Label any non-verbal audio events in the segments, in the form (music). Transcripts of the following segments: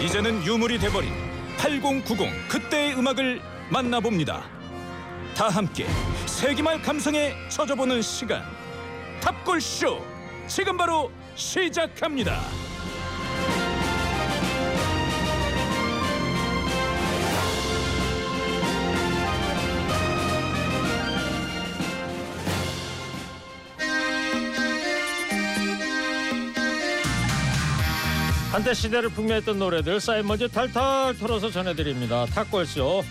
이제는 유물이 돼버린 8090 그때의 음악을 만나봅니다. 다 함께 세기말 감성에 젖어보는 시간 탑골쇼 지금 바로 시작합니다. 한때 시대를 풍미했던 노래들 쌓인 먼지 탈탈 털어서 전해드립니다. 탁골쇼.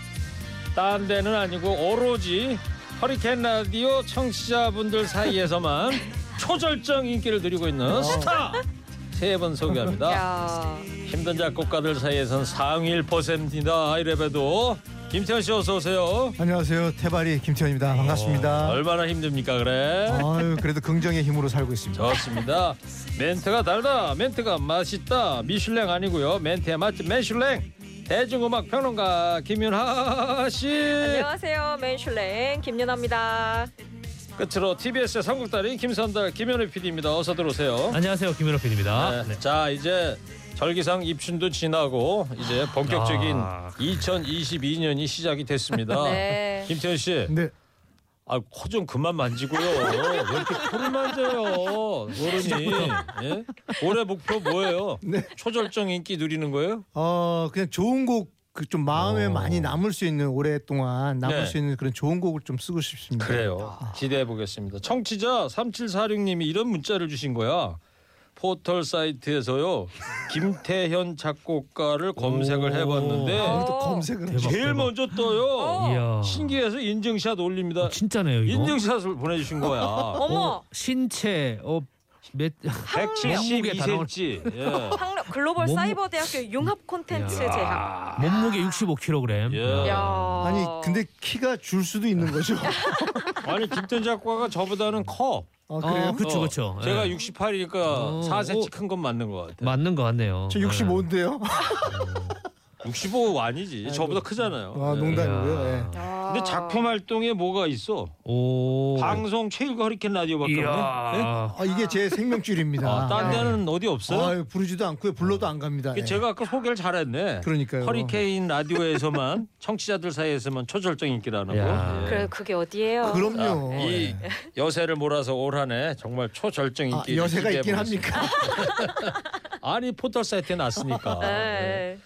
딴 데는 아니고 오로지 허리케인 라디오 청취자분들 사이에서만 초절정 인기를 누리고 있는 스타 세 분 소개합니다. 야, 힘든 작곡가들 사이에선 상위 1%입니다. 이래봬도 김태현 씨 어서 오세요. 안녕하세요 태바리 김태현입니다 반갑습니다 어, 얼마나 힘듭니까 그래? 아유 그래도 긍정의 힘으로 살고 있습니다 좋습니다. 멘트가 달다. 멘트가 맛있다. 미슐랭 아니고요. 멘트의 맛집 멘슐랭. 대중음악 평론가 김윤하 씨. 안녕하세요. 맨슐랭 김윤아입니다. 끝으로 TBS의 삼국다리 김선달 김현우 PD입니다. 어서 들어오세요. 안녕하세요 김윤호 PD입니다. 네. 자 이제 절기상 입춘도 지나고 이제 본격적인 아. 2022년이 시작이 됐습니다. (laughs) 네. 김태현 씨, 근데 아 코 좀 그만 만지고요. 왜 이렇게 코를 만져요, 어른이? 예? 올해 목표 뭐예요? 초절정 인기 누리는 거예요? 어 그냥 좋은 곡 그 좀 마음에 많이 남을 수 있는 오랫동안 남을 어. 네. 수 있는 그런 좋은 곡을 좀 쓰고 싶습니다 그래요. 기대해 보겠습니다. 청취자 3746님이 이런 문자를 주신 거야. 포털 사이트에서요 김태현 작곡가를 검색을 해봤는데 아, 또 검색을 하시- 제일 대박. 먼저 떠요. 이야. 아, 신기해서 인증샷 올립니다. 진짜네요 이거. 인증샷을 보내주신 거야. 어머, 신체 어몇 172cm. 예. 상록 글로벌 몸무- 사이버 대학교 융합 콘텐츠 야. 제작. 몸무게 어, 65kg. 예. 야. 아니 근데 키가 줄 수도 있는 (laughs) 거죠 아니 김태현 작곡가가 저보다는 커. 아 그래요? 어, 그렇죠 어, 그렇죠. 예. 제가 68이니까 어, 4cm 어. 큰 건 맞는 것 같아요. 맞는 것 같네요. 저 예. 65인데요 65 아니지. 저보다 크잖아요. 아 예. 농담이고요 예. 근데 작품 활동에 뭐가 있어? 오. 방송 최일과 허리케인 라디오밖에 없네. 네? 이야. 아, 이게 제 생명줄입니다 아, 딴 예. 데는 어디 없어요? 아유, 부르지도 않고요 불러도 안 갑니다 이게 예. 제가 아까 소개를 잘했네. 그러니까요 허리케인 (laughs) 라디오에서만 청취자들 사이에서만 초절정 인기라는 야. 네. 거. 그래 그게 어디예요? 그럼요 아, 이 여세를 몰아서 올 한해 정말 초절정 아, 인기. 여세가 있긴 합니까 아니 포털 사이트에 (laughs) 났으니까. 네. 네.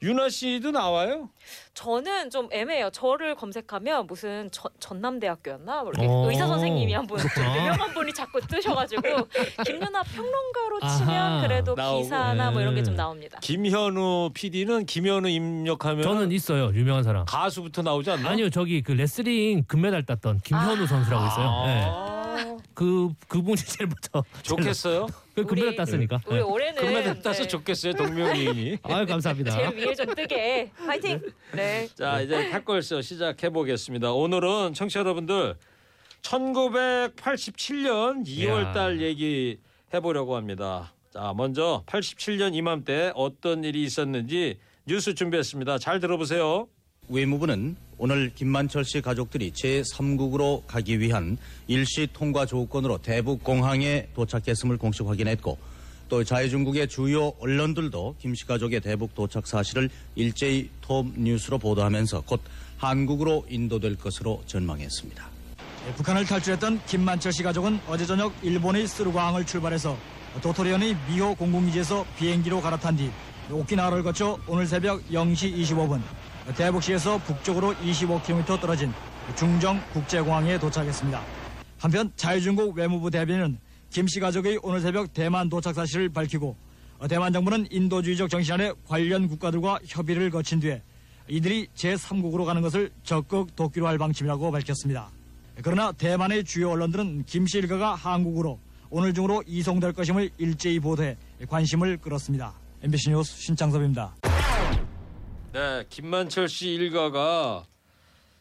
유나 씨도 나와요? 저는 좀 애매해요. 저를 검색하면 무슨 저- 전남대학교였나 모르겠 어. 의사 선생님이 한 분, 그렇구나. 유명한 분이 자꾸 뜨셔가지고 김윤아 평론가로 아하. 치면 그래도 나오고. 기사나 뭐 이런 게 좀 음. 나옵니다. 김현우 PD는 김현우 입력하면 저는 있어요 유명한 사람. 가수부터 나오지 않나? 아니요 저기 그 레슬링 금메달 땄던 아. 김현우 선수라고 있어요. 예. 아, 그 그분이 제일 먼저 좋겠어요. (laughs) 그 금메달 우리- 땄으니까. 우리 올해는 금메달 따서 네, 좋겠어요. 동명이인이. 아 감사합니다. 제일 위에 좀 뜨게 파이팅. 네. (laughs) 자 이제 탁골쇼 시작해 보겠습니다. 오늘은 청취자 여러분들 1987년 2월달 얘기 해보려고 합니다. 자 먼저 87년 이맘때 어떤 일이 있었는지 뉴스 준비했습니다. 잘 들어보세요. 외무부는 오늘 김만철 씨 가족들이 제3국으로 가기 위한 일시 통과 조건으로 대북 공항에 도착했음을 공식 확인했고 또 자유중국의 주요 언론들도 김 씨 가족의 대북 도착 사실을 일제히 톱 뉴스로 보도하면서 곧 한국으로 인도될 것으로 전망했습니다. 예, 북한을 탈출했던 김만철 씨 가족은 어제 저녁 일본의 쓰루과항을 출발해서 도토리현의 미호 공군기지에서 비행기로 갈아탄 뒤 오키나와를 거쳐 오늘 새벽 0시 25분 대북시에서 북쪽으로 25km 떨어진 중정 국제공항에 도착했습니다. 한편 자유중국 외무부 대변인은 김 씨 가족의 오늘 새벽 대만 도착 사실을 밝히고 대만 정부는 인도주의적 정신 안에 관련 국가들과 협의를 거친 뒤에 이들이 제3국으로 가는 것을 적극 돕기로 할 방침이라고 밝혔습니다. 그러나 대만의 주요 언론들은 김씨 일가가 한국으로 오늘 중으로 이송될 것임을 일제히 보도해 관심을 끌었습니다. MBC 뉴스 신창섭입니다. 네, 김만철 씨 일가가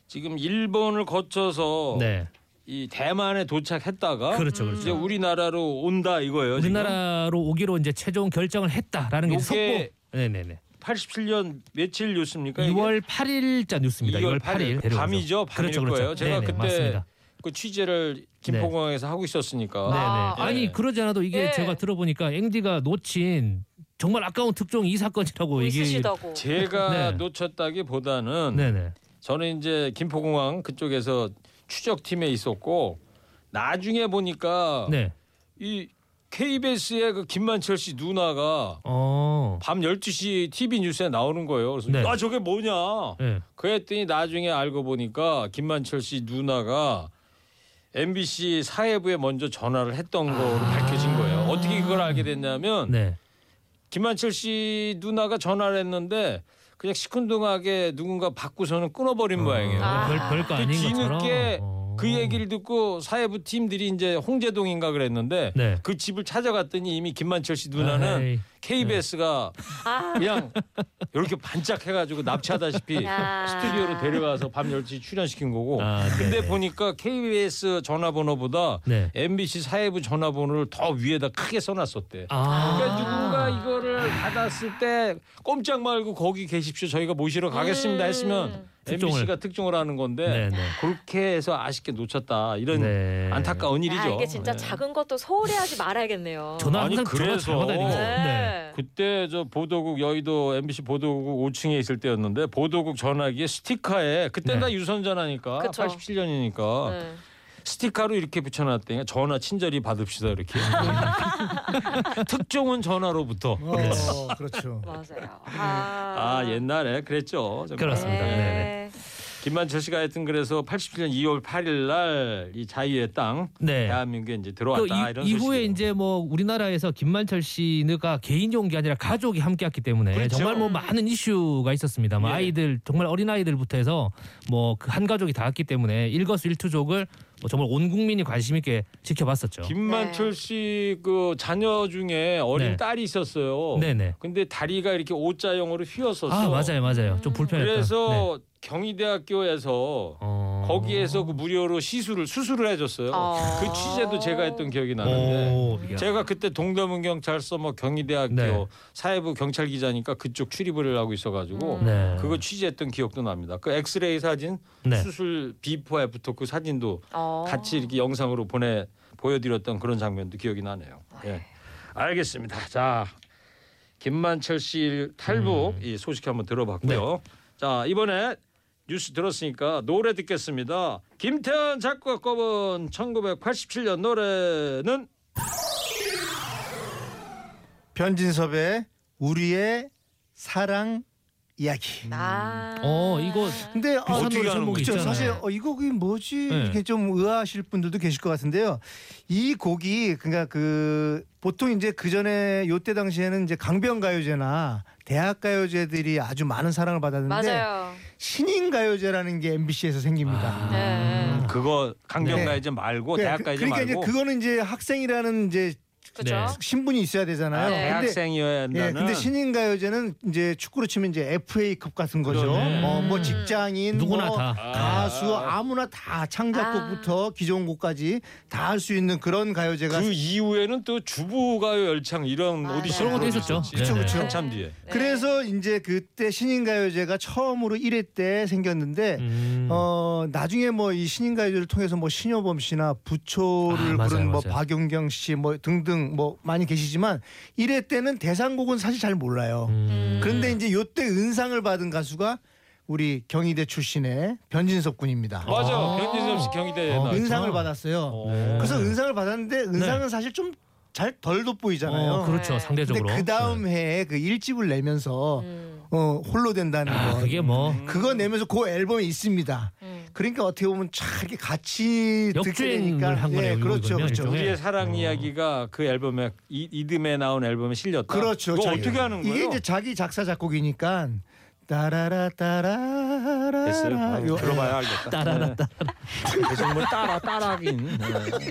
지금 일본을 거쳐서 네. 이 대만에 도착했다가 그렇죠, 이제 그렇죠. 우리나라로 온다 이거예요. 우리나라로 오기로 이제 최종 결정을 했다라는 게 이제 요게- 속보. 네네네. 지금 87년 며칠 뉴스입니까? 그러니까 이게? 2월 8일자 뉴스입니다. 2월 8일. 데려오죠. 밤이죠. 밤일 그렇죠, 거예요. 그렇죠. 제가 네네, 그때 맞습니다. 그 취재를 네. 김포공항에서 하고 있었으니까. 네네. 아, 아, 니 예. 그러지 않아도 이게 예. 제가 들어보니까 앵디가 놓친 정말 아까운 특종이 이 사건이라고 이게 뭐 있으시다고. 제가 네. 놓쳤다기보다는 네네. 저는 이제 김포공항 그쪽에서 추적팀에 있었고 나중에 보니까 네. 이 KBS의 그 김만철 씨 누나가 어. 밤 12시 TV 뉴스에 나오는 거예요. 그래서 네. 아 저게 뭐냐? 네. 그랬더니 나중에 알고 보니까 김만철 씨 누나가 MBC 사회부에 먼저 전화를 했던 거로 밝혀진 거예요. 어떻게 그걸 알게 됐냐면 네. 김만철 씨 누나가 전화를 했는데 그냥 시큰둥하게 누군가 받고서는 끊어버린 모양이에요. 아. 별, 별거 근데 그러니까 아닌 것처럼. 그 뒤늦게 어. 그 얘기를 듣고 사회부 팀들이 이제 홍제동인가 그랬는데 네. 그 집을 찾아갔더니 이미 김만철 씨 누나는 에이. KBS가 아, 그냥 이렇게 반짝해가지고 납치하다시피 아. 스튜디오로 데려가서 밤 10시 출연시킨 거고 아, 네. 근데 보니까 KBS 전화번호보다 네. MBC 사회부 전화번호를 더 위에다 크게 써놨었대. 아. 그러니까 누군가 이거를 받았을 때 꼼짝 말고 거기 계십시오. 저희가 모시러 가겠습니다 음. 했으면 특종을. MBC가 특종을 하는 건데 네네. 그렇게 해서 아쉽게 놓쳤다. 이런 네. 안타까운 일이죠. 아, 이게 진짜 네. 작은 것도 소홀해하지 말아야겠네요. 전화 아니, 항상 전화 잘 그래서- 받아야 되겠죠. 네. 네. 그때 저 보도국 여의도 MBC 보도국 5층에 있을 때였는데 보도국 전화기에 스티커에 그때 네. 다 유선 전화니까 그쵸. 87년이니까 네. 스티커로 이렇게 붙여놨더니 전화 친절히 받읍시다 (laughs) 이렇게 특종은 전화로부터 네. 어, 그렇죠. 맞아요. 아, 아 옛날에 그랬죠 정말. 그렇습니다. 네. 네네. 김만철 씨가 하여튼 그래서 87년 2월 8일 날 이 자유의 땅 네. 대한민국에 이제 그 들어왔다 이런 이, 후에 소식이에요. 이제 뭐 우리나라에서 김만철 씨가 개인용 게 아니라 가족이 함께했기 때문에 그렇죠. 정말 뭐 많은 이슈가 있었습니다. 뭐 예. 아이들 정말 어린 아이들부터 해서 뭐 그 한 가족이 다 왔기 때문에 일거수일투족을 뭐 정말 온 국민이 관심 있게 지켜봤었죠. 김만철 씨 그 자녀 중에 어린 네. 딸이 있었어요. 네네. 근데 다리가 이렇게 O자형으로 휘었었어. 아 맞아요, 맞아요. 좀 불편했다. 네. 그래서 경희대학교에서 어. 거기에서 그 무료로 시술을 수술을 해줬어요. 어. 그 취재도 제가 했던 기억이 나는데 오, 이게 제가 그때 동대문 경찰서 뭐 경희대학교 네. 사회부 경찰 기자니까 그쪽 출입을 하고 있어가지고 네. 그거 취재했던 기억도 납니다. 그 엑스레이 사진 네. 수술 비포 애프터 그 사진도 어. 같이 이렇게 영상으로 보내 보여드렸던 그런 장면도 기억이 나네요. 예. 알겠습니다. 자 김만철 씨 탈북 음. 이 소식 한번 들어봤고요. 네. 자 이번에 뉴스 들었으니까 노래 듣겠습니다. 김태현 작곡가 꼽은 1987년 노래는 변진섭의 우리의 사랑 이야기. 아. 어, 이거 근데 비슷한 아, 노래 어떻게 하는 제목이 그렇죠. 있잖아요. 사실 어, 이 곡이 뭐지 네. 이렇게 좀 의아하실 분들도 계실 것 같은데요. 이 곡이 그러니까 그 보통 이제 그 전에 요때 당시에는 이제 강변 가요제나 대학 가요제들이 아주 많은 사랑을 받았는데 맞아요. 신인 가요제라는 게 MBC에서 생깁니다. 네. 그거 강경가 음. 네. 이제 말고 그- 아. 뭐 대학가 이제 그러니까 말고 이제 그거는 이제 학생이라는 이제 그죠? 네. 신분이 있어야 되잖아요. 아, 네. 근데 대학생이어야 예, 한다는. 근데 신인가요제는 이제 축구로 치면 이제 FA컵 같은 거죠. 그러네. 어, 뭐 직장인, 누구나 뭐 다. 가수 아무나 다 창작곡부터 기존 곡까지 다 할 수 있는 그런 가요제가 그 이후에는 또 주부가요 열창 이런 맞아요. 오디션 그런 것도 있었죠. 그쵸, 그쵸. 한참 뒤에. 그래서 이제 그때 신인가요제가 처음으로 1회 때 생겼는데 음. 어 나중에 뭐 이 신인가요제를 통해서 뭐 신효범 씨나 아, 부초를 맞아요, 부른 뭐 맞아요. 박용경 씨 뭐 등등 뭐 많이 계시지만 1회 때는 대상곡은 사실 잘 몰라요. 음. 음. 그런데 이제 요때 은상을 받은 가수가 우리 경희대 출신의 변진섭 군입니다. 맞아. 변진섭 씨 경희대 네. 에 어, 나. 은상을 받았어요. 네. 그래서 은상을 받았는데 은상은 사실 좀 잘 덜 돋보이잖아요. 어, 그렇죠. 네. 상대적으로. 음. 근데 그 다음 해에 그 일집을 내면서 음. 어, 홀로 된다는 아, 거. 그게 뭐 그거 내면서 그 앨범이 있습니다. 음. 그러니까 어떻게 보면 참 이렇게 같이 듣게 역주행을 되니까 한 거네요, 예, 그렇죠, 이거는. 그렇죠. 일종의. 우리의 사랑 이야기가 그 앨범에 이, 이듬해 나온 앨범에 실렸다. 그렇죠. 그거 자기- 어떻게 하는 거예요? 이게 이제 자기 작사 작곡이니까 따라라 따라라. 됐어요. 아, 요- 예. 들어봐야 알겠다. 따라라 따라. 네. 계속 뭐 따라 따라긴. 네.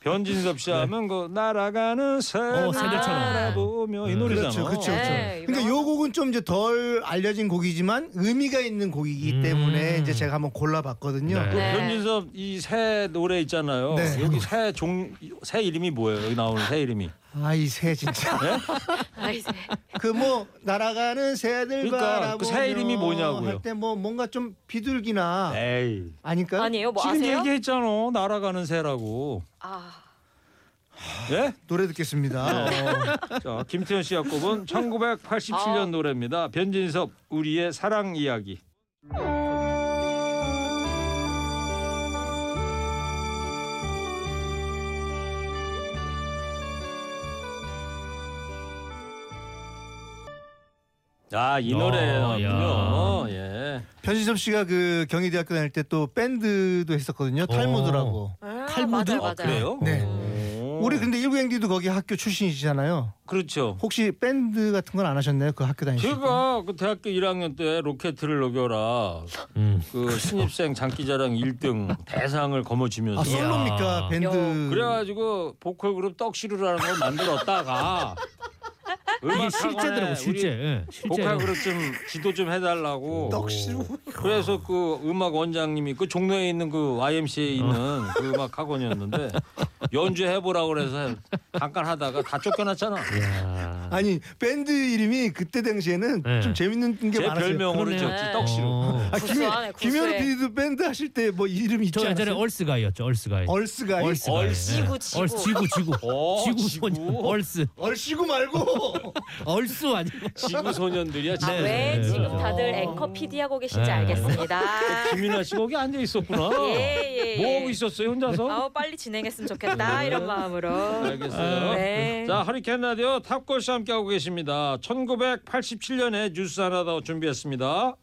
변진섭 씨 하면 그 날아가는 네. 새를 어, 새들처럼. 바라보며 이 노래잖아. 그렇죠, 그렇죠, 그렇죠. 네, 그러니까 요 유명하죠. 곡은 좀 이제 덜 알려진 곡이지만 의미가 있는 곡이기 음. 때문에 이제 제가 한번 골라봤거든요. 네. 그 네. 변진섭 이 새 노래 있잖아요. 네. 여기 새 종 새 이름이 뭐예요? 여기 나오는 새 이름이. 아이 새 진짜. (laughs) (laughs) 아, 이제. 그 뭐 날아가는 새들 그러니까 바라보며 그새 이름이 뭐냐고요. 네. 할때 뭐 뭔가 좀 비둘기나 에이. 아닐까요? 아니에요? 뭐 지금 아세요? 얘기했잖아. 날아가는 새라고. 아. 예? 노래 듣겠습니다. 네. 어. 자, 김태현 씨가 꼽은 1987년 아. 노래입니다. 변진섭 우리의 사랑 이야기. 아, 이 야, 노래군요. 야. 예. 변진섭 씨가 그 경희대학교 다닐 때 또 밴드도 어. 했었거든요. 탈무드라고. 아, 칼무드? 맞아요, 그- 아, 그래요? 맞아요. 네. 오. 우리 근데 일구행기도 거기 학교 출신이시잖아요. 그렇죠. 혹시 밴드 같은 건 안 하셨나요? 그 학교 다니실 때? 제가 그 대학교 1학년 때 로켓을 녹여라 음. 그 신입생 장기자랑 1등 대상을 거머쥐면서 아 솔로입니까 이야. 밴드? 그래가지고 보컬 그룹 떡시루라는 걸 만들었다가 이게 음악 실제더라고 실제. 예, 실제. 아, 네, 음. 보컬 그룹 좀 지도 좀 해달라고 떡시루. 그래서 그 음악 원장님이 그 종로에 있는 그 YMCA에 있는 그 음악 학원이었는데 연주해보라고 그래서 잠깐 하다가 다 쫓겨났잖아 이야. 아니 밴드 이름이 그때 당시에는 네. 좀 재밌는 게 제 많았어요. 별명으로 그러네. 지었지 (laughs) 떡시루 어. 아, 김, 구수하네, 구수해. 김현우 PD도 밴드 하실 때 뭐 이름 있지 저 예전에 않았어요? 얼스가이였죠 얼스가이. 얼스가이. 얼스가이. 얼씨구, 예. 지구. 얼스 지구 지구. 어, 지구 지구. 소년. 얼스 얼씨구 말고 얼수 아니고. 지구 소년들이야 아, 지금 왜 네, 지금 그렇죠. 어. 다들 앵커 PD 하고 계신지 네. 알겠습니다. 김민아 씨 거기 앉아 있었구나 (laughs) 예, 예. 어. 뭐 하고 있었어요 혼자서 아우 빨리 진행했으면 좋겠다 네. 이런 마음으로. 알겠어요. 네. 자 허리케인 라디오 탑골 씨 함께하고 계십니다. 1987년에 뉴스 하나 더 준비했습니다.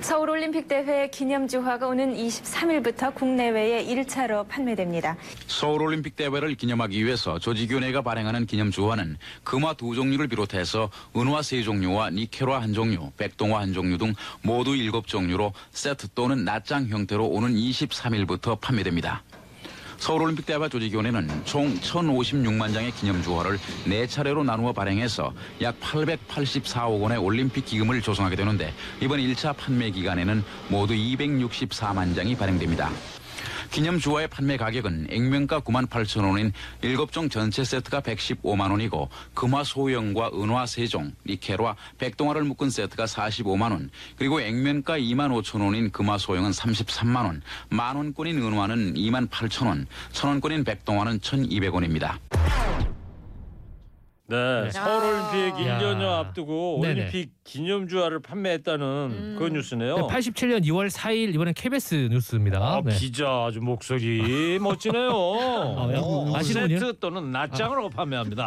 서울올림픽대회 기념주화가 오는 23일부터 국내외에 1차로 판매됩니다. 서울올림픽 대회를 기념하기 위해서 조직위원회가 발행하는 기념주화는 금화 두 종류를 비롯해서 은화 세 종류와 니켈화 한 종류, 백동화 한 종류 등 모두 일곱 종류로 세트 또는 낱장 형태로 오는 23일부터 판매됩니다. 서울올림픽 대회 조직위원회는 총 1,056만 장의 기념주화를 네차례로 나누어 발행해서 약 884억 원의 올림픽 기금을 조성하게 되는데 이번 1차 판매 기간에는 모두 264만 장이 발행됩니다. 기념주화의 판매 가격은 액면가 9만 8천 원인 7종 전체 세트가 115만 원이고 금화 소형과 은화 세종, 니켈화, 백동화를 묶은 세트가 45만 원, 그리고 액면가 2만 5천 원인 금화 소형은 33만 원, 만 원권인 은화는 2만 8천 원, 천 원권인 백동화는 1,200원입니다. 네. 서울올림픽 아. 1년여 앞두고 네네. 올림픽 기념주화를 판매했다는 음. 그 뉴스네요. 87년 2월 4일 이번엔 KBS 뉴스입니다. 아, 네. 아, 기자 아주 목소리 (laughs) 멋지네요. 어, 야구, 야구. 세트 또는 낱장으로 판매합니다.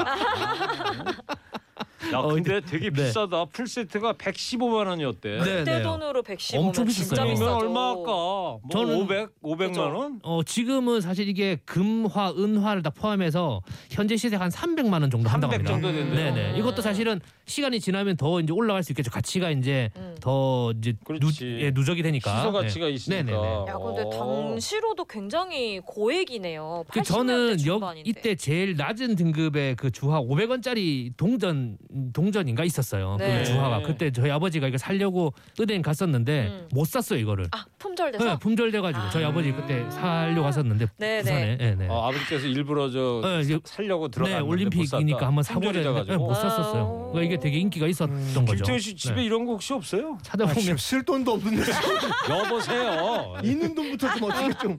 야, 근데 되게 네. 비싸다. 풀 세트가 115만 원이었대. 네, 그때 네. 돈으로 115만 엄청 진짜 비쌌어요. 이면 비싸죠. 얼마 할까? 뭐 저는- 500, 500만 원? 어, 지금은 사실 이게 금화, 은화를 다 포함해서 현재 시세 한 300만 원 정도 300 한다고 합니다. 그 정도 된대요. 네네. 이것도 사실은 시간이 지나면 더 이제 올라갈 수 있겠죠. 가치가 이제 음. 더 이제 누, 그렇지. 예, 누적이 되니까. 시소 가치가 네. 있으니까. 네네네. 야, 근데 어. 당시로도 굉장히 고액이네요. 그 80년대 저는 여, 중반인데. 이때 제일 낮은 등급의 그 주화 500원짜리 동전 동전인가 있었어요. 네. 그 주화가 그때 저희 아버지가 이거 살려고 은행 갔었는데 음. 못 샀어요 이거를. 아 품절돼서 네, 품절돼가지고 저희 아. 아버지 그때 살려고 갔었는데 네네. 부산에. 네네. 아, 아버지께서 일부러 저 네, 이제 살려고 네, 들어갔는데 못 올림픽이니까 샀다. 한번 사보려 네, 품절이돼가지고 음, 못 샀었어요. 어. 그러니까 이게 되게 인기가 있었던 거죠. 김태현 씨 집에 네. 이런 거 혹시 없어요? 아, 찾아보면 지금 쓸 돈도 없는데 (laughs) 여보세요. 네. 있는 돈부터 좀 어떻게 좀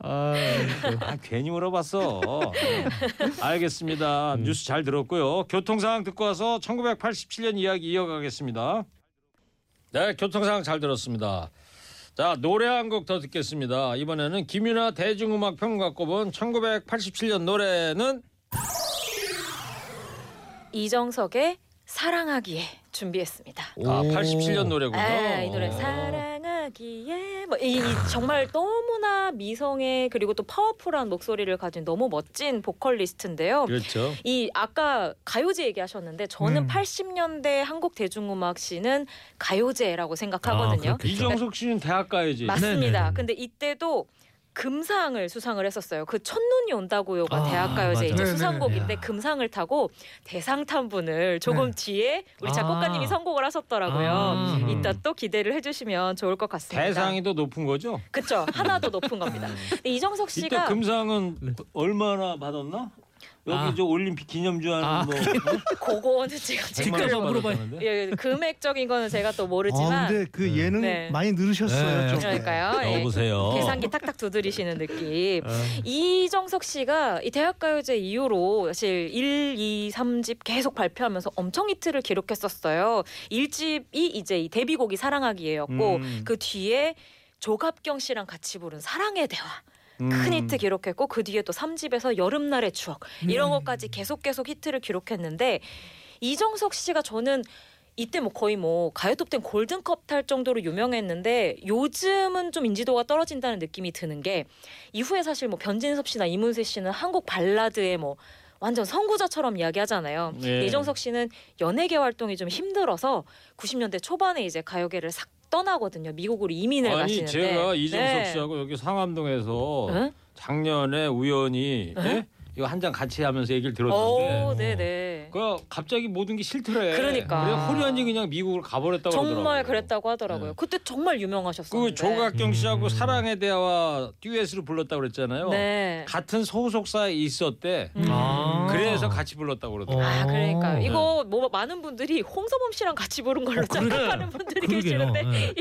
아, 괜히 물어봤어. 알겠습니다. 뉴스 잘 들었고요. 교통 상황 듣고 와서 1987년 이야기 이어가겠습니다. 네, 교통 상황 잘 들었습니다. 자, 노래 한 곡 더 듣겠습니다. 이번에는 김윤아 대중음악 평가 꼽은 1987년 노래는 이정석의 사랑하기에 준비했습니다. 아, 87년 노래군요. 아, 이 노래 사랑하기에 막 이, 이 정말 너무나 미성의 그리고 또 파워풀한 목소리를 가진 너무 멋진 보컬리스트인데요. 그렇죠. 이 아까 가요제 얘기하셨는데 저는 음. 80년대 한국 대중음악 씬은 아, 가요제라고 생각하거든요. 아, 아, 네. 이정석 씨는 대학가야지. 맞습니다. 근데 이때도 금상을 수상을 했었어요. 그 첫눈이 온다고요가 아, 대학가요제 이제 맞아. 수상곡인데 금상을 타고 대상 탄분을 조금 뒤에 우리 작곡가님이 네. 아. 선곡을 하셨더라고요. 아. 이따 또 기대를 해주시면 좋을 것 같습니다. 대상이 더 높은 거죠? 그쵸 하나 더 높은 겁니다. 근데 이정석 이때 씨가 금상은 얼마나 받았나? 여기 네. 아. 저 올림픽 기념주하는 뭐 그거는 제가 지금 직접 물어봐요. 예, 금액적인 거는 제가 또 모르지만 아 근데 그 예능 네. 많이 늘으셨어요. 네. (laughs) 좀. 그러니까요. 예, 여보세요. 계산기 탁탁 두드리시는 느낌. 어. 이정석 씨가 이 대학가요제 이후로 사실 1, 2, 3집 계속 발표하면서 엄청 히트를 기록했었어요. 1집이 이제 이 데뷔곡이 사랑하기였고 음. 그 뒤에 조갑경 씨랑 같이 부른 사랑의 대화. 음. 큰 히트 기록했고 그 뒤에 또 3집에서 여름날의 추억 이런 음. 것까지 계속 계속 히트를 기록했는데 이정석 씨가 저는 이때 뭐 거의 뭐 가요톱 땐 골든컵 탈 정도로 유명했는데 요즘은 좀 인지도가 떨어진다는 느낌이 드는 게 이후에 사실 뭐 변진섭 씨나 이문세 씨는 한국 발라드의 뭐 완전 선구자처럼 이야기하잖아요. 네. 근데 이정석 씨는 연예계 활동이 좀 힘들어서 90년대 초반에 이제 가요계를 싹 떠나거든요. 미국으로 이민을 아니 가시는데. 제가 이정석 네. 어? 씨하고 여기 상암동에서 응? 작년에 우연히 응? 예? 이거 한 잔 같이 하면서 얘기를 오, 들었는데 어, 네네. 그 갑자기 모든 게 싫더래. 그러니까. 그래 호련이 그냥 미국으로 가버렸다고 어. 그러더라고. 정말 그랬다고 하더라고요. 그때 정말 유명하셨었는데. 네. 음. 그 조각경 씨하고 사랑의 대화 듀엣으로 불렀다고 그랬잖아요. 네. 음. 같은 소속사에 있었대. 아. 그래서 같이 불렀다고 그러더라고요. 아, 그러니까 네. 이거 뭐 많은 분들이 홍서범 씨랑 같이 부른 걸로 생각하는 (laughs) 분들이 어, 그러게요. 계시는데 네.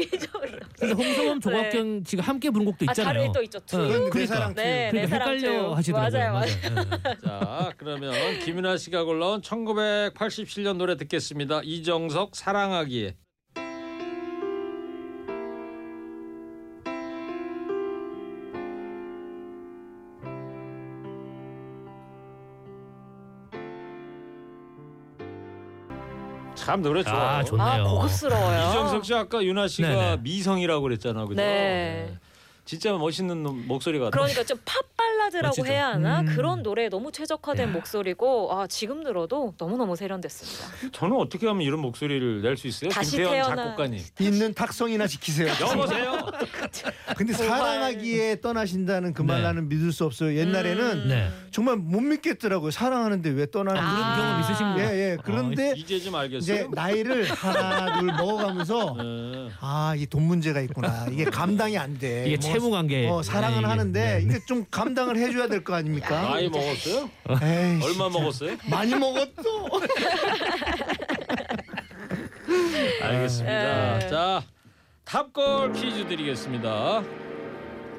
근데 홍성범 조각경 지금 함께 부른 곡도 아, 있잖아요. 다르게 또 있죠. 투. 네, 그건 내 그러니까. 사랑 투. 네, 내 그러니까 사랑 투. 헷갈려 하시더라고요. 맞아요, 맞아요. 자, 그러면 김윤아 씨가 골라온 1987년 노래 듣겠습니다. 이정석 사랑하기에. 참 노래 좋아요. 아, 좋네요. 아, 고급스러워요. 이정석 씨 아까 윤아 씨가 네네. 미성이라고 그랬잖아. 그죠? 네. 진짜 멋있는 놈- 목소리 같아. 그러니까 좀 팝 발라드라고 그렇죠, 멋지죠. 해야 하나 음. 그런 노래에 너무 최적화된 목소리고 아 지금 들어도 너무너무 세련됐습니다. 저는 어떻게 하면 이런 목소리를 낼 수 있어요? 다시 김태현 태어나- 작곡가님. 있는 탁성이나 지키세요. 여보세요. 근데 사랑하기에 떠나신다는 그 말나는 믿을 수 없어요. 옛날에는 음. 네. 정말 못 믿겠더라고요. 사랑하는데 왜 떠나는 아, 그런 경험 있으신 예, 예. 그런데 어, 이제 좀 알겠어요. 이제 나이를 하나 둘 (laughs) 먹어가면서 아 이 돈 문제가 있구나 이게 감당이 안 돼. 이게 채무 관계. 어, 사랑은 네, 이게. 하는데 이게 좀 감당을 해줘야 될 거 아닙니까? 나이 먹었어요? 에이, 얼마 먹었어요? 많이 먹었어. (laughs) 알겠습니다. 네. 자, 탑걸 퀴즈 드리겠습니다.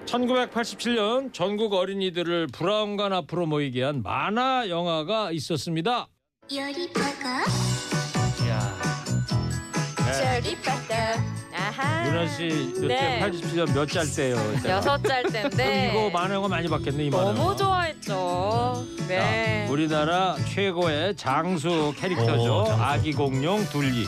1987년 전국 어린이들을 브라운관 앞으로 모이게 한 만화 영화가 있었습니다. 열이 바가 네. 저리 빠따. 아하. 유나 씨, 요때 네. 87년 몇 짤 때예요? 제가? 여섯 살 때인데 이거 만화 영화 많이 봤겠네 이 만화. 영화. 너무 좋아했죠. 네. 우리나라 최고의 장수 캐릭터죠. 오, 장수. 아기 공룡 둘기.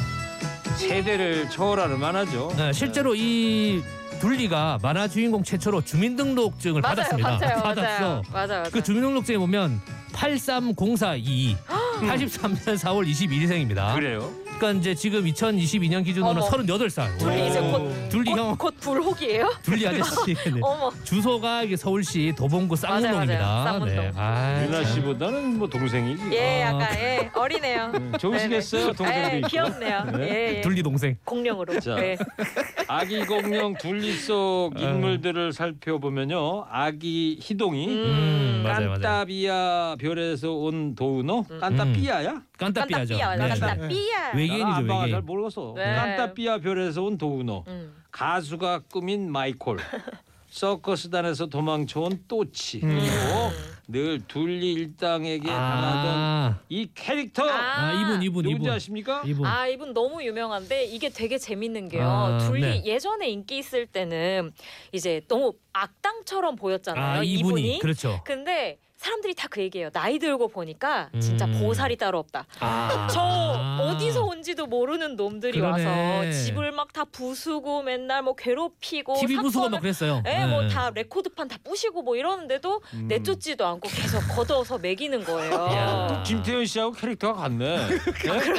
세대를 초월하는 만화죠. 네, 실제로 이 둘리가 만화 주인공 최초로 주민등록증을 맞아요, 받았습니다. 맞아요, 받았어. 맞아요, 맞아요, 맞아요. 그 주민등록증에 보면 830422 83년 4월 22일생입니다. 그래요? 그러니까 이제 지금 2022년 기준으로 어머. 38살. 둘리 이제 곧- 둘리 형 어, 곧 불혹이에요? (laughs) 둘리 아저씨. 네. 어머. 주소가 이게 서울시 도봉구 맞아요. 쌍문동입니다. 네. 쌍문동. 네. 유나 씨보다는 뭐 동생이지. 아, 음, 예, 약간 예, 어리네요. 좋으시겠어요, 네네. 동생도 예, 있고. 귀엽네요. 예, 예. 둘리 동생. 공룡으로. 자. 네. 아기 공룡 둘리 속 인물들을 살펴보면요. 아기 희동이, 음, 음, 음, 맞아요, 깐따비아 별에서 온 도우노, 음. 깐따삐아야? 깐따삐아죠. 깐따삐아, 네. 깐따삐아. 외계인이죠, 나는 아빠가 외계인. 잘 모르겠어. 네. 깐따삐아 별에서 온 도우노, 음. 가수가 꿈인 (laughs) 마이콜. 서커스단에서 도망쳐온 또치 그리고 늘 둘리 예, 일당에게 아. 당하던 이 캐릭터 아, 이분, 이분, 누군지 이분. 아십니까? 아 이분 너무 유명한데 이게 되게 재밌는 게요. 아, 둘리 네. 예전에 인기 있을 때는 이제 너무 악당처럼 보였잖아요. 아, 이분이. 그렇죠. 근데 사람들이 다 그 얘기예요. 나이 들고 보니까 진짜 음. 보살이 따로 없다. 아. 저 어디서 온지도 모르는 놈들이 그러네. 와서 집을 막 다 부수고 맨날 뭐 괴롭히고 TV 부수고 막 그랬어요. 네. 음. 예뭐다 레코드판 다 부시고 뭐 이러는데도 내쫓지도 않고 계속 걷어서 매기는 (laughs) 거예요. 김태현 씨하고 캐릭터가 같네. 네?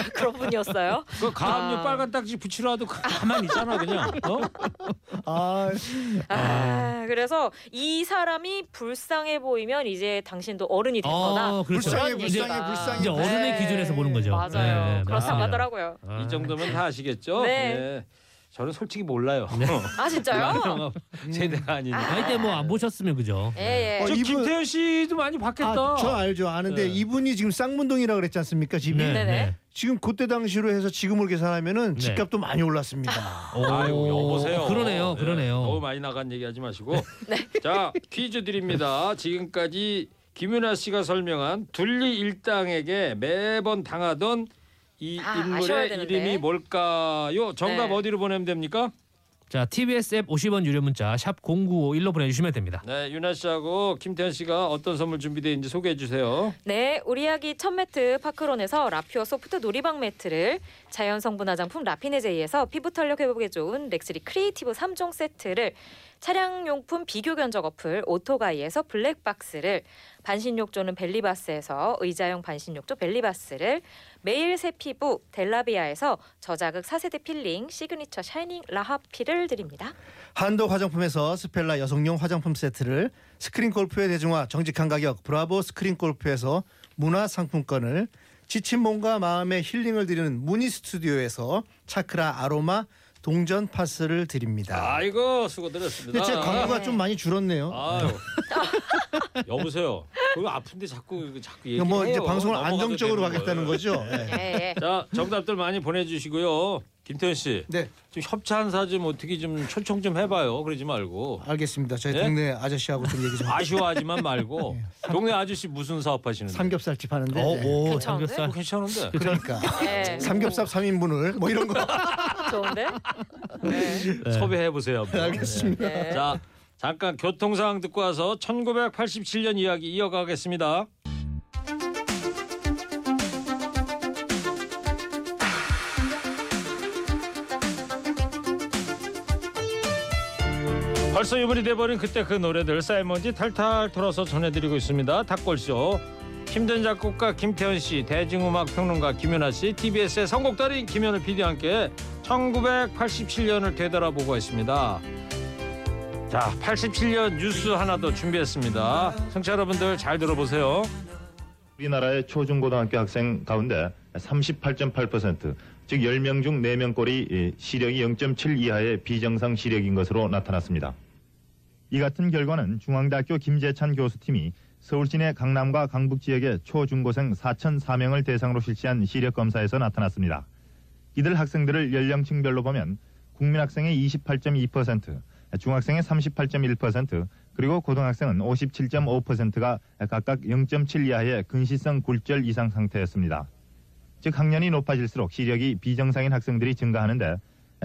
(laughs) 그런 분이었어요. 그 가압류 아. 빨간 딱지 붙이라도 가만 히 있잖아 그냥. (laughs) 어? 아, 아, 그래서 이 사람이 불쌍해 보이면 이제 당신도 어른이 됐거나 어, 그렇죠. 불쌍해, 그런 불쌍해, 얘기다. 불쌍해. 이제 어른의 네. 기준에서 보는 거죠. 맞아요. 네, 그렇다고 맞습니다. 하더라고요. 아. 이 정도면 다 아시겠죠? 네. 저는 솔직히 몰라요. (laughs) 아 진짜요? 나는 세대가 네. 음. 아니니까. 나이 때 뭐 안 보셨으면 그죠? 예 예. 어, 저 이분- 김태현 씨도 많이 봤겠다. 아, 저 알죠. 아는데 네. 이분이 지금 쌍문동이라 그랬지 않습니까? 집이 네, 네네. 지금 그때 당시로 해서 지금으로 계산하면은 네. 집값도 많이 올랐습니다. 오, 아이고 여보세요. 그러네요, 네, 그러네요. 너무 많이 나간 얘기하지 마시고. 자 퀴즈 드립니다. 지금까지 김윤아 씨가 설명한 둘리 일당에게 매번 당하던 이 아, 아셔야 인물의 되는데. 이름이 뭘까요? 정답 네. 어디로 보내면 됩니까? 자, TBS 앱 50원 유료 문자 샵 #0951로 보내주시면 됩니다. 네, 윤아 씨하고 김태현 씨가 어떤 선물 준비되어 있는지 소개해 주세요. 네, 우리 아기 첫 매트 파크론에서 라퓨어 소프트 놀이방 매트를 자연 성분 화장품 라피네제이에서 피부 탄력 회복에 좋은 렉스리 크리에이티브 3종 세트를 차량용품 비교 견적 어플 오토가이에서 블랙박스를 반신욕조는 벨리바스에서 의자형 반신욕조 벨리바스를 매일 새 피부 델라비아에서 저자극 4세대 필링 시그니처 샤이닝 라하피를 드립니다. 한독 화장품에서 스펠라 여성용 화장품 세트를 스크린 골프의 대중화 정직한 가격 브라보 스크린 골프에서 문화 상품권을 지친 몸과 마음의 힐링을 드리는 무니 스튜디오에서 차크라 아로마 동전 파스를 드립니다. 아이고 수고드렸습니다. 근데 제 광고가 좀 많이 줄었네요. 아유. (laughs) 여보세요. 그거 아픈데 자꾸 이거 자꾸 얘기해요. 그러니까 뭐 이제 방송을 넘어가도 안정적으로 되는 하겠다는 거예요. 거죠. 네. 예, 예. 자, 정답들 많이 보내주시고요. 김태현 씨, 네. 좀 협찬사 좀 어떻게 좀 초청 좀 해봐요. 그러지 말고 알겠습니다. 저희 네? 동네 아저씨하고 좀 얘기 좀. 아쉬워하지만 (laughs) 말고 동네 아저씨 무슨 사업 하시는데? 삼겹살집 하는데. 네. 오, 괜찮은데? 어, 삼겹살. 괜찮은데. 그러니까 (laughs) 예. 삼겹살 3인분을 뭐 이런 거. 좋은데? 네. 섭외해 보세요. 알겠습니다. 네. 자, 잠깐 교통 상황 듣고 와서 1987년 이야기 이어가겠습니다. 벌써 유물이 돼버린 그때 그 노래들 쌓인먼지 탈탈 털어서 전해드리고 있습니다. 탁골쇼 힘든 작곡가 김태현 씨, 대중음악 평론가 김연아 씨, TBS의 선곡달인 김연우 PD와 함께 1987년을 되돌아보고 있습니다. 자, 87년 뉴스 하나 더 준비했습니다. 청취자 여러분들 잘 들어보세요. 우리나라의 초중고등학교 학생 가운데 38.8%, 즉 10명 중 4명꼴이 이 시력이 0.7 이하의 비정상 시력인 것으로 나타났습니다. 이 같은 결과는 중앙대학교 김재찬 교수팀이 서울 시내 강남과 강북 지역의 초중고생 4,004명을 대상으로 실시한 시력 검사에서 나타났습니다. 이들 학생들을 연령층별로 보면 국민학생의 28.2%, 중학생의 38.1%, 그리고 고등학생은 57.5%가 각각 0.7 이하의 근시성 굴절 이상 상태였습니다. 즉 학년이 높아질수록 시력이 비정상인 학생들이 증가하는데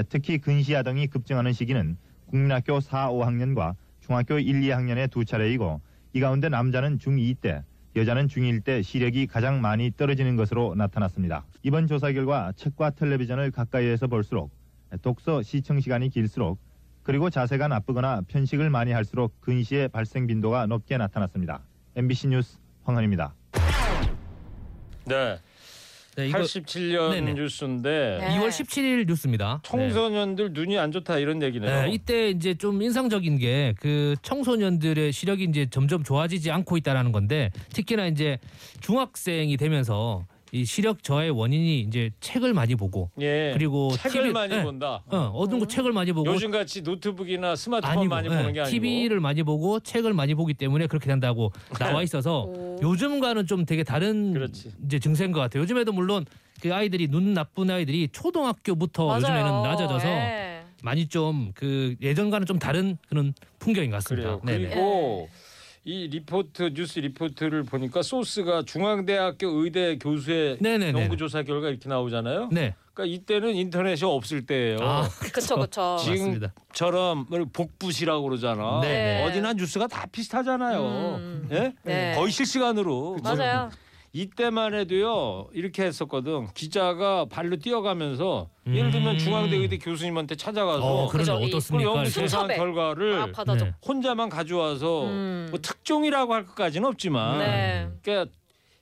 특히 근시 아동이 급증하는 시기는 국민학교 4, 5학년과 중학교 1, 2학년의 두 차례이고 이 가운데 남자는 중2 때, 여자는 중1 때 시력이 가장 많이 떨어지는 것으로 나타났습니다. 이번 조사 결과 책과 텔레비전을 가까이에서 볼수록 독서 시청 시간이 길수록 그리고 자세가 나쁘거나 편식을 많이 할수록 근시의 발생 빈도가 높게 나타났습니다. MBC 뉴스 황헌입니다. 네, 네, 이거 87년 네네. 뉴스인데 네. 2월 17일 뉴스입니다. 네. 청소년들 눈이 안 좋다 이런 얘기네요. 어. 네, 이때 이제 좀 인상적인 게 그 청소년들의 시력이 이제 점점 좋아지지 않고 있다라는 건데 특히나 이제 중학생이 되면서 이 시력 저하의 원인이 이제 책을 많이 보고 예. 그리고 책을 TV 많이 네. 본다. 어, 어두운 음. 거 책을 많이 보고 요즘 같이 노트북이나 스마트폰 많이 보는 게 아니고 네. TV를 많이 보고 책을 많이 보기 때문에 그렇게 (laughs) 된다고 나와 있어서 오. 요즘과는 좀 되게 다른 그렇지. 이제 증세인 것 같아요. 요즘에도 물론 그 아이들이 눈 나쁜 아이들이 초등학교부터 맞아요. 어, 요즘에는 낮아져서 예. 많이 좀 그 예전과는 좀 다른 그런 풍경인 것 그래요. 같습니다. 네네. 그리고 이 리포트 뉴스 리포트를 보니까 소스가 중앙대학교 의대 교수의 네네네. 연구 조사 결과 이렇게 나오잖아요. 네. 그러니까 이때는 인터넷이 없을 때예요. 아, 그쵸 그쵸. 지금처럼 복붙이라고 그러잖아. 네. 어디나 뉴스가 다 비슷하잖아요. 예? 네. 거의 실시간으로. 맞아요. 이때만 해도요 이렇게 했었거든 기자가 발로 뛰어가면서 예를 들면 중앙대 의대 교수님한테 찾아가서 음. 어, 그러네. 그죠. 어떻습니까? 연구 이렇게. 조사한 수첩에 결과를 막 받아줘. 네. 혼자만 가져와서 뭐 특종이라고 할 것까지는 없지만 네. 그러니까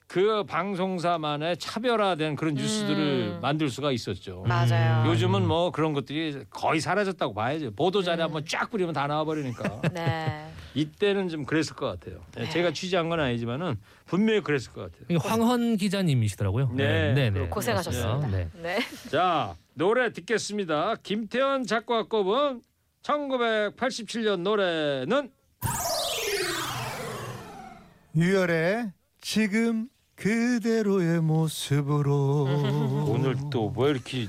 그 방송사만의 차별화된 그런 뉴스들을 만들 수가 있었죠. 맞아요. 요즘은 뭐 그런 것들이 거의 사라졌다고 봐야죠. 보도 자료 한번 쫙 뿌리면 다 나와버리니까. 네. 이때는 좀 그랬을 것 같아요. 네, 제가 취재한 건 아니지만은 분명히 그랬을 것 같아요. 네. 이게 황헌 기자님이시더라고요. 네, 그렇군요. 고생하셨습니다. 네. 네. 자 노래 듣겠습니다. 김태현 작곡가 꼽은 1987년 노래는 유열의 지금 그대로의 모습으로 오늘 또 뭐 (laughs) 이렇게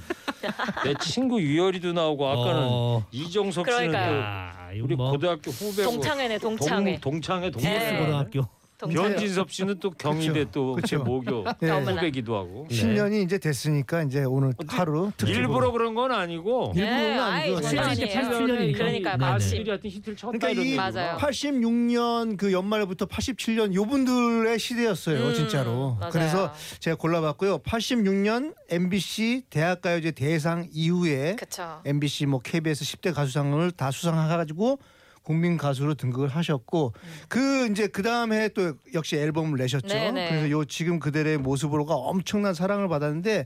내 친구 유열이도 나오고 아까는 어. 이정석 씨는 그러니까요. 아, 또 이거 우리 뭐 고등학교 후배고 동창회네 동창회. 네. 동, 동창회 DS 동창회 고등학교. 동창회. 변진섭 씨는 또 경희대 또 그쵸. 네. 제 모교 예. 후배기도 하고 10년이 이제 됐으니까 이제 오늘 하루 특집으로. 어, 네. 일부러 그런 건 아니고 네, 일본은 아이, 아니고 장난 아니에요. 87 년이니까. 그러니까 네네. 마침. 일이 하여튼 히트를 쳤다 그러니까 이런 이 얘기구나. 맞아요. 86년 그 연말부터 87년 요분들의 시대였어요, 음, 진짜로. 맞아요. 그래서 제가 골라봤고요. 86년 MBC 대학가요제 대상 이후에 그쵸. MBC 뭐 KBS 10대 가수상을 다 수상해가지고 국민 가수로 등극을 하셨고 그 이제 그 다음 해에 또 역시 앨범을 내셨죠. 네네. 그래서 요 지금 그대의 모습으로가 엄청난 사랑을 받았는데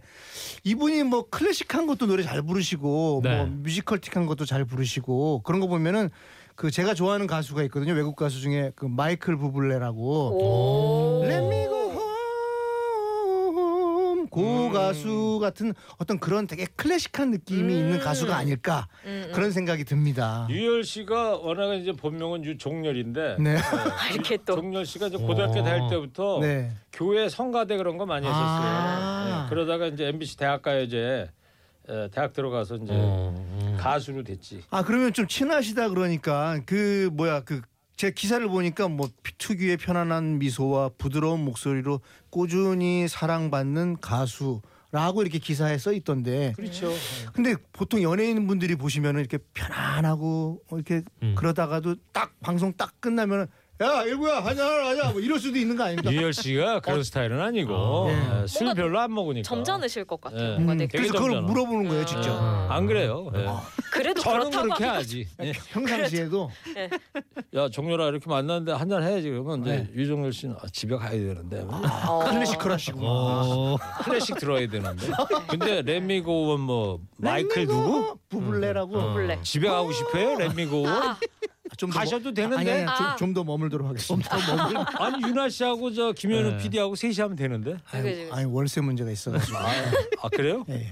이분이 뭐 클래식한 것도 노래 잘 부르시고 네. 뭐 뮤지컬틱한 것도 잘 부르시고 그런 거 보면은 그 제가 좋아하는 가수가 있거든요. 외국 가수 중에 그 마이클 부블레라고 오. Let me go home 그 음. 가수 같은 어떤 그런 되게 클래식한 느낌이 있는 가수가 아닐까 음, 그런 생각이 듭니다. 유열 씨가 워낙에 이제 본명은 유종열인데 (laughs) 네. 아, 이렇게 또 종열 씨가 이제 고등학교 어. 다닐 때부터 네. 교회 성가대 그런 거 많이 했었어요. 아. 예, 그러다가 이제 MBC 대학가요제 에, 대학 들어가서 이제 가수로 됐지. 아 그러면 좀 친하시다 그러니까 그 뭐야 그 제 기사를 보니까 뭐 특유의 편안한 미소와 부드러운 목소리로 꾸준히 사랑받는 가수라고 이렇게 기사에 써 있던데. 그렇죠. 근데 보통 연예인 분들이 보시면은 이렇게 편안하고 뭐 이렇게 음. 그러다가도 딱 방송 딱 끝나면은 야 일구야 하냐 하냐 뭐 이럴 수도 있는 거 아닙니까? 유열 씨가 그런 스타일은 아니고 아. 예, 술 뭔가 별로 안 먹으니까. 점잖으실 것 같아요. 예. 뭔가 음, 되게 그래서 그걸 점잖아. 물어보는 거예요 직접. 안 그래요. 예. 그래도 저는 그렇다고 그렇게 하기- 하지. 예. 평상시에도 야 종렬아 이렇게 만났는데 한잔 해야지 그러면 이제 유종열 씨는 아, 집에 가야 되는데 어. 클래식 아, 크러시구나. 어. 클래식 들어야 되는데. 근데 렛미고원 뭐 마이클 누구? 음. 부블레라고 몰래. 집에 가고 싶어요? 렛미고원? 좀 더 어. 가셔도 머- 아니, 되는데. 아니, 좀- 아. 좀더 머물도록 하겠습니다. 아니 유나 씨하고 저 김현우 PD하고 셋이 하면 되는데. 그지, (laughs) 아니, 그지. 아니 월세 문제가 있어가지고. 아 그래요? 예, 예.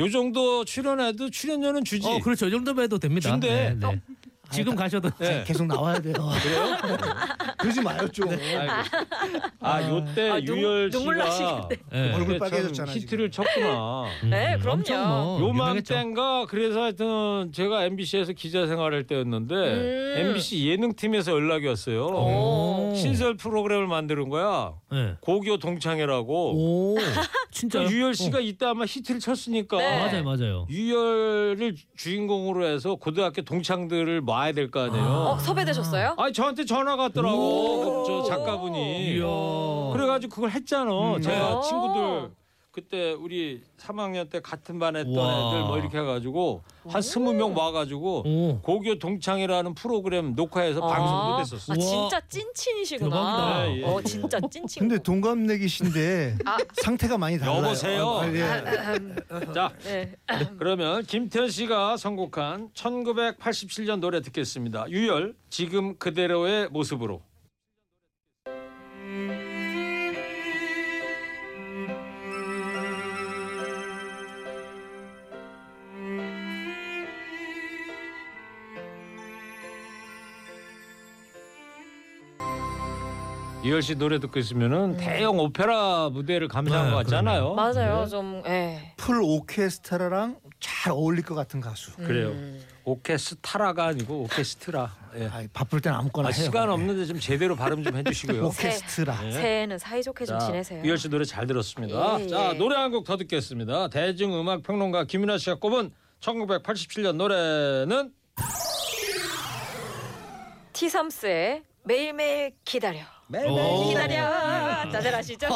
요 정도 출연해도 출연료는 주지. 어, 그렇죠. 이 정도면 해도 됩니다. 준대. 어? 네, 네. 지금 가셔도 네. 계속 나와야 돼요. 그래요? 아, 그러지 마요 좀. 알겠습니다. 네. 아 요때 아, 눈- 유열 눈물 씨가 나시겠네. 네. 그때 얼굴 참 빨개졌잖아, 히트를 쳤구나. 음, 네, 그럼요. 엄청 뭐 유명했죠. 요맘때인가 그래서 하여튼 제가 MBC에서 기자 생활할 때였는데 음. MBC 예능팀에서 연락이 왔어요. 오. 신설 프로그램을 만드는 거야. 네. 고교 동창회라고. 오, 그 진짜요? 유열 씨가 이때 아마 히트를 쳤으니까 네. 맞아요, 맞아요. 유열을 주인공으로 해서 고등학교 동창들을 모아야 될 거 아니에요. 어, 섭외되셨어요? 아니 저한테 전화가 왔더라고 그저 작가분이 이야. 그래가지고 그걸 했잖아 제가 오. 친구들 그때 우리 3학년 때 같은 반 했던 와. 애들 뭐 이렇게 해가지고 한 20명 와가지고 오. 고교 동창이라는 프로그램 녹화해서 아. 방송도 됐었어 아, 우와. 진짜 찐친이시구나. 대박이다. 예, 예. 어, 진짜 찐친. 근데 동갑내기신데 아. 상태가 많이 달라요. 여보세요? 아, 예. 자 네. 그러면 김태현 씨가 선곡한 1987년 노래 듣겠습니다 유열 지금 그대로의 모습으로 유열 씨 노래 듣고 있으면은 대형 오페라 무대를 감상한 네, 것 같잖아요 맞아요. 좀 예. 풀 오케스트라랑 잘 어울릴 것 같은 가수. 음. 그래요. 오케스트라가 아니고 오케스트라. 예. 바쁠 땐 아무거나 아, 해요. 네. 시간 예. 없는데 좀 제대로 발음 좀 해주시고요. 네. 오케스트라. 새해에는 사이좋게 좀 자, 지내세요. 유열 씨 노래 잘 들었습니다. 예, 자 예. 노래 한 곡 더 듣겠습니다. 대중음악 평론가 김윤아 씨가 꼽은 1987년 노래는 티삼스의 매일매일 기다려. 오. 어. (laughs) 매일매일 기다려. 다들 아시죠?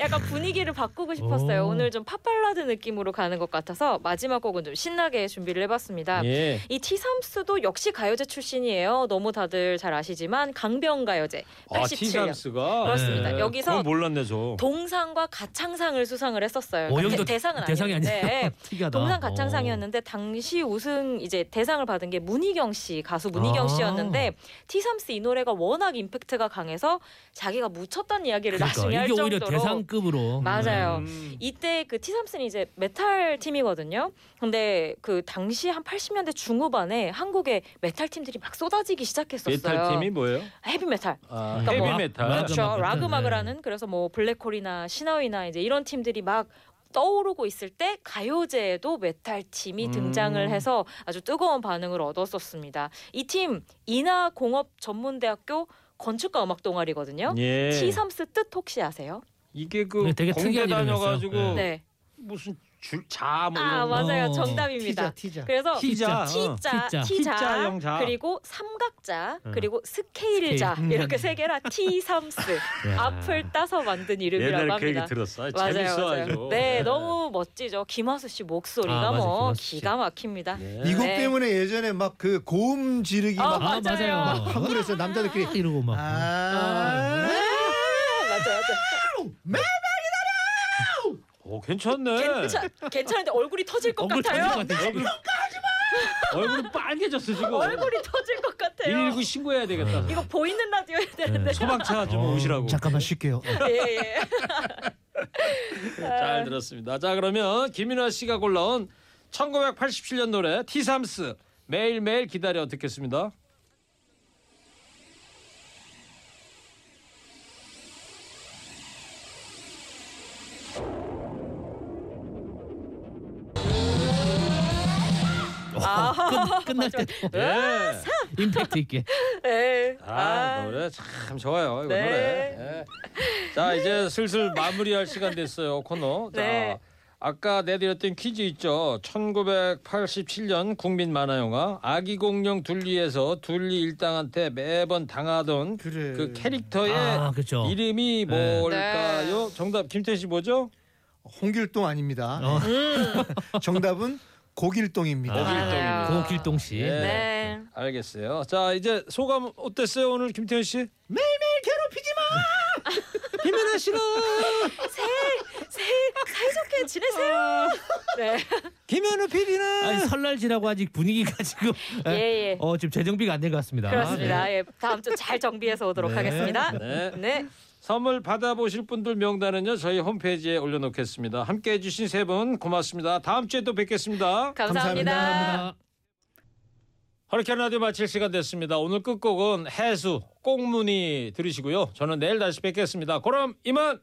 약간 분위기를 바꾸고 싶었어요. 오. 오늘 좀 팝발라드 느낌으로 가는 것 같아서 마지막 곡은 좀 신나게 준비를 해봤습니다. 예. 이 티삼스도 역시 가요제 출신이에요. 너무 다들 잘 아시지만 강변 가요제 87년. 아, 티삼스가 그렇습니다. 네, 여기서 그건 몰랐네 저. 동상과 가창상을 수상을 했었어요. 그러니까 어, 대- 여기도 대상은 대상이 아니었는데 아니에요? 특이하다. 어. 동상 가창상이었는데 당시 우승 이제 대상을 받은 게 문희경 씨 가수 문희경 아. 씨였는데 티삼스 이 노래가 워낙 임팩트가 강해서 자기가 묻혔다는 이야기를 나중에 그러니까 할 이게 정도로 오히려 대상급으로 맞아요. 네. 음, 이때 그 티삼스는 이제 메탈 팀이거든요. 근데 그 당시 한 80년대 중후반에 한국에 메탈 팀들이 막 쏟아지기 시작했었어요. 메탈 팀이 뭐예요? 헤비메탈. 아, 그러니까 뭐 헤비메탈. 그렇죠. 맞아, 맞아. 락음악을 네. 하는 그래서 뭐 블랙홀이나 신화위나 이제 이런 팀들이 막 떠오르고 있을 때 가요제에도 메탈 팀이 음. 등장을 해서 아주 뜨거운 반응을 얻었었습니다. 이 팀 인하공업전문대학교 건축가 음악 동아리거든요. 예. 티삼스 뜻 혹시 아세요? 이게 그 네, 되게 공대 특이한 이름이었어요. 다녀가지고 네. 무슨 줄자 뭐 아 이런 거. 맞아요 정답입니다. 그래서 티자, 어. 티자, 티자, 티자형자. 그리고 삼각자 어. 그리고 스케일자 스케일. 이렇게 세 개라 티삼스 앞을 따서 만든 이름이라고 옛날에 그 합니다. 얘기 들었어. 맞아요, 재밌어 맞아요. 아주. 네, 네. 너무 멋지죠. 김하수 씨 목소리가 아, 맞아요, 뭐 김하수 씨. 기가 막힙니다. 이 곡 네. 때문에 예전에 막 그 고음 지르기 아, 막 맞아요. 아. 막 하고 그랬어요. 남자들끼리 아. 이러고 막. 네, 맞아 맞아. 오 어, 괜찮네. 괜찮, 괜찮은데 얼굴이 터질 것 얼굴 터질 같아요. 네. 것 같아, 얼굴. 얼굴이 빨개졌어 지금. 얼굴이 터질 것 같아요. 119 신고해야 되겠다. 이거 보이는 라디오 네, 해야 되는데. 소방차 좀 오시라고. 잠깐만 쉴게요. (laughs) 예, 예. 네, 잘 들었습니다. 자 그러면 김윤아 씨가 골라온 1987년 노래 티삼스 매일매일 기다려 듣겠습니다. 아, 끝, 끝날 때 예. (laughs) 임팩트 있게. 예. 아, 노래 참 좋아요 이거 네. 노래. 예. 자 이제 슬슬 마무리할 시간 됐어요 코너. 자 네. 아까 내드렸던 퀴즈 있죠. 1987년 국민 만화 영화 아기 공룡 둘리에서 둘리 일당한테 매번 당하던 그 어, 예. 캐릭터의 아, 그쵸. 이름이 네. 뭘까요? 정답 김태희 씨 뭐죠? 홍길동 아닙니다. 네. (laughs) 정답은 고길동입니다. 네. 고길동입니다. 아, 고길동 씨. 예. 네. 알겠어요. 자 이제 소감 어땠어요 오늘 김태현 씨? 매일매일 괴롭히지 (laughs) 마. 김연아 씨는 새해 새해 사이좋게 지내세요. 네. 김현우 PD는 아니 설날 지나고 아직 분위기가 (laughs) 지금 예, 네. 예. 어 지금 재정비가 안 된 것 같습니다. 그렇습니다. 예, 다음 주 잘 정비해서 오도록 아, 네. 하겠습니다. 네. 네. 선물 받아보실 분들 명단은요 저희 홈페이지에 올려놓겠습니다. 함께해 주신 세 분 고맙습니다. 다음 주에 또 뵙겠습니다. 감사합니다. 감사합니다. 허리케인 라디오 마칠 시간 됐습니다. 오늘 끝곡은 해수 꽁무니 들으시고요. 저는 내일 다시 뵙겠습니다. 그럼 이만.